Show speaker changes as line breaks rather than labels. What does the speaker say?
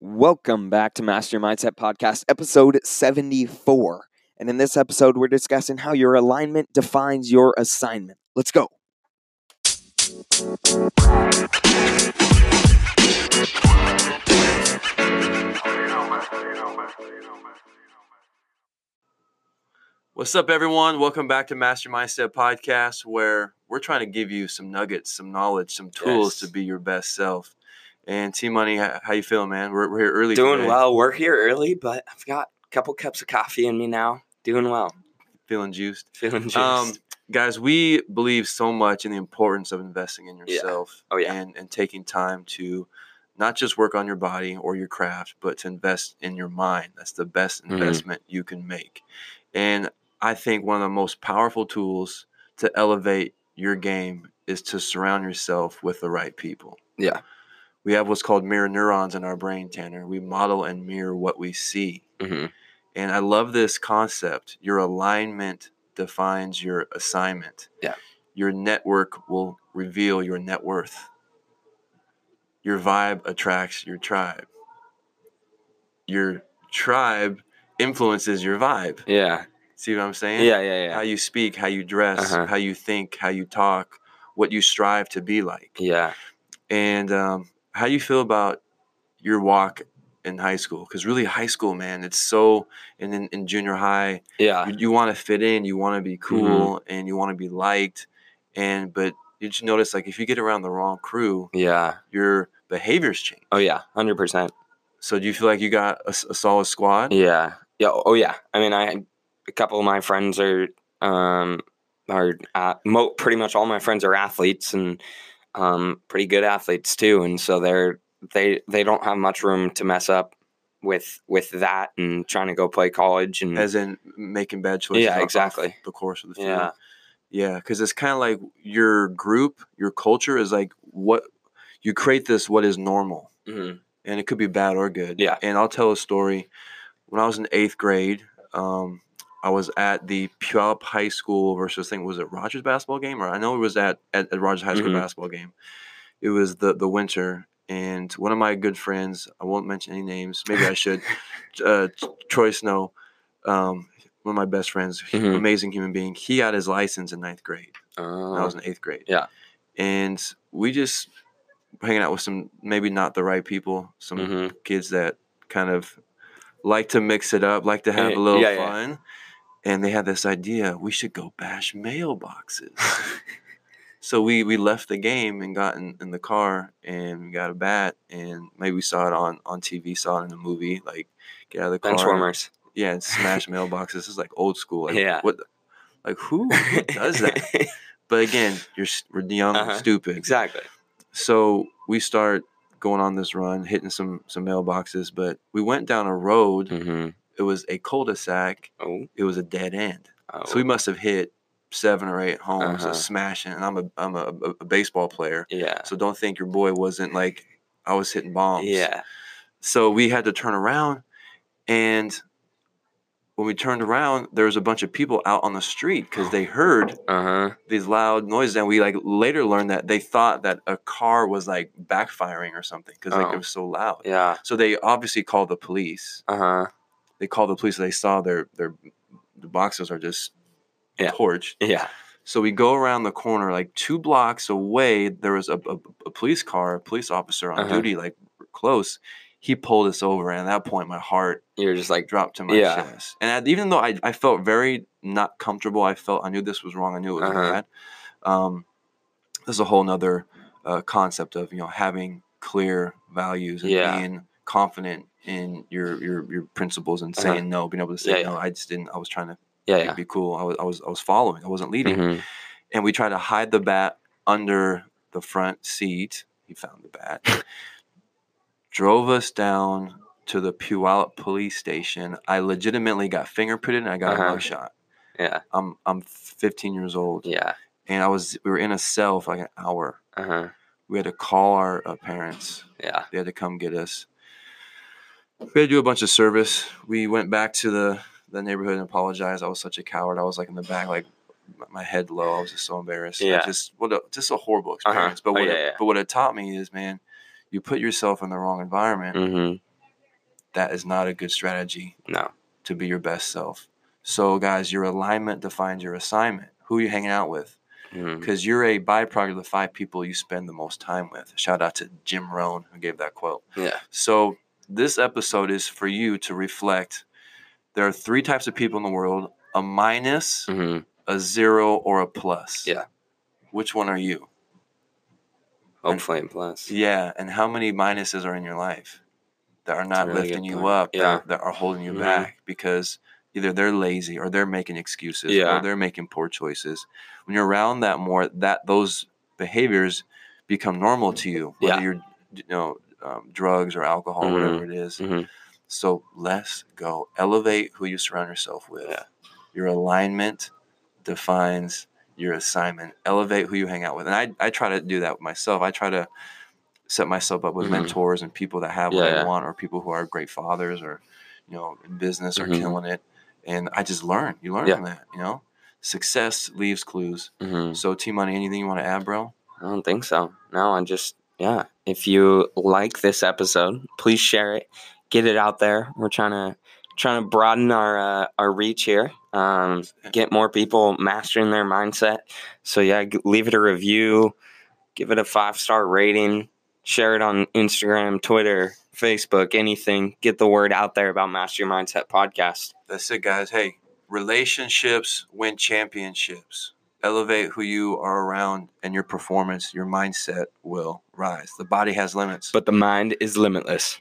Welcome back to Master Your Mindset Podcast, episode 74. And in this episode, we're discussing how your alignment defines your assignment. Let's go.
What's up, everyone? Welcome back to Master Mindset Podcast, where we're trying to give you some nuggets, some knowledge, some
Yes.
tools to be your best self. And T Money, h- how you feeling, man? We're, we're here early.
Doing
today.
well. We're here early, but I've got a couple cups of coffee in me now. Doing well.
Feeling juiced.
Feeling juiced.
Um, guys, we believe so much in the importance of investing in
Yeah.
yourself
Oh, yeah.
and, and taking time to not just work on your body or your craft, but to invest in your mind. That's the best
Mhm.
investment you can make. And I think one of the most powerful tools to elevate your game is to surround yourself with the right people.
Yeah.
We have what's called mirror neurons in our brain, Tanner. We model and mirror what we see.
Mhm.
And I love this concept. Your alignment defines your assignment.
Yeah.
Your network will reveal your net worth. Your vibe attracts your tribe. Your tribe influences your vibe.
Yeah.
See what I'm
Yeah.
saying?
Yeah.
How
Yeah.
you speak, how you dress,
Uh-huh.
how you think, how you talk, what you strive to be like,
Yeah.
and um, how you feel about your walk in high school. Because really, high school, man, it's so, and in, in junior high,
Yeah. Mm-hmm.
you, you want to fit in, you want to be cool, and you want to be liked, and but you just notice like if you get around the wrong crew,
Yeah.
your behaviors change.
Oh yeah. Hundred percent.
So do you feel like you got a, s- a solid squad?
Yeah. Yeah. Oh yeah. I mean, I a couple of my friends are um are uh, mo- pretty much all my friends are athletes and um pretty good athletes too, and so they're they they don't have much room to mess up with with that and trying to go play college and
As in making bad choices.
Yeah,
off- off
exactly.
The course of the field.
yeah
Yeah, because it's kind of like your group, your culture is like what you create this what is normal,
Mhm.
and it could be bad or good.
Yeah.
And I'll tell a story. When I was in eighth grade, um, I was at the Puyallup High School versus I think was it Rogers basketball game, or I know it was at at, at Rogers High School
Mhm.
basketball game. It was the the winter, and one of my good friends, I won't mention any names, maybe I should, uh, Troy Snow, um, one of my best friends,
Mhm.
amazing human being. He got his license in ninth grade.
Oh.
when I was in eighth grade.
Yeah.
And we just hanging out with some maybe not the right people, some
hmm
kids that kind of like to mix it up, like to have
Yeah,
a little
Eh, yeah, yeah.
fun. And they had this idea we should go bash mailboxes.
Mm-hmm.
so we, we left the game and got in, in the car and we got a bat and maybe we saw it on, on TV, saw it in a movie, like get out of the car.
Benchwarmers.
Yeah, and smash mailboxes. This is like old school. Like,
Yeah.
What, the- like who, who does that? But again, you're s- we're young,
Uh-huh.
stupid.
exactly.
So we start going on this run, hitting some some mailboxes. But we went down a road.
Mm-hmm.
It was a cul-de-sac.
Oh,
It was a dead end.
oh.
So we must have hit seven or eight homes,
Uh-huh.
just smashing. And I'm a I'm a, a- a baseball player,
yeah.
so don't think your boy wasn't like I was hitting bombs.
Yeah.
So we had to turn around, and when we turned around, there was a bunch of people out on the street because they heard
Uh huh.
these loud noises and we like later learned that they thought that a car was like backfiring or something because like
Oh.
it was so loud
Yeah.
so they obviously called the police
Uh huh.
they called the police they saw their their the boxes are just
Yeah.
torched
Yeah.
so we go around the corner like two blocks away there was a, a, a police car a police officer on
Uh-huh.
duty like close he pulled us over and at that point my heart
You're just like,
dropped to my
Yeah.
chest. And I, even though I, I felt very not comfortable, I felt I knew this was wrong. I knew it was
Uh-huh.
bad. Um, this is a whole nother uh, concept of you know having clear values and
Yeah.
being confident in your your your principles and
Uh-huh.
saying no, being able to say
Yeah, yeah.
no. I just didn't. I was trying to
yeah,
be cool. I was I was I was following. I wasn't
yeah.
leading.
hmm
And we tried to hide the bat under the front seat. He found the bat. drove us down to the Puyallup police station. I legitimately got fingerprinted and I got
Uh-huh.
a mugshot.
Yeah.
I'm I'm 15 years old
Yeah.
and I was we were in a cell for like an hour.
Uh huh.
We had to call our uh, parents.
Yeah.
They had to come get us. We had to do a bunch of service. We went back to the the neighborhood and apologized. I was such a coward. I was like in the back, like my- my head low. I was just so embarrassed. I
Yeah.
just what a, just a horrible
Uh-huh.
experience. But
Oh,
what
yeah,
it,
yeah.
but what it taught me is, man, you put yourself in the wrong environment
Mm-hmm.
that is not a good strategy
No.
to be your best self. So, guys, your alignment defines your assignment. Who are you hanging out with?
Mhm.
Because you're a byproduct of the five people you spend the most time with. Shout out to Jim Rohn, who gave that quote.
Yeah.
So, this episode is for you to reflect. There are three types of people in the world a minus,
hmm
a zero, or a plus.
Yeah.
Which one are you?
Hopefully, a plus.
Yeah. And how many minuses are in your life that are not
a really good
lifting you
point.
up,
Yeah.
that, that are holding you
Mhm.
back because either they're lazy or they're making excuses
Yeah.
or they're making poor choices. When you're around that more, that those behaviors become normal to you, whether
Yeah.
you're, you know, um, drugs or alcohol, whatever it is.
Mhm.
So let's go. Elevate who you surround yourself with.
Yeah.
Your alignment defines your assignment. Elevate who you hang out with. And I, I try to do that with myself. I try to set myself up with
Mhm.
mentors and people that have what
Yeah, yeah.
I want or people who are great fathers or, you know, in business or
Mhm.
killing it. And I just learn. You learn
Yeah.
from that, you know? Success leaves clues.
Mhm.
So, T Money, anything you want to add, bro?
I don't think so. No, I just yeah. If you like this episode, please share it. Get it out there. We're trying to trying to broaden our uh, our reach here. Um, get more people mastering their mindset. So yeah, g- leave it a review, give it a five star rating, share it on Instagram, Twitter, Facebook, anything. Get the word out there about Master Your Mindset podcast.
That's it, guys. Hey, relationships win championships. Elevate who you are around, and your performance, your mindset will rise. The body has limits.
But the mind is limitless.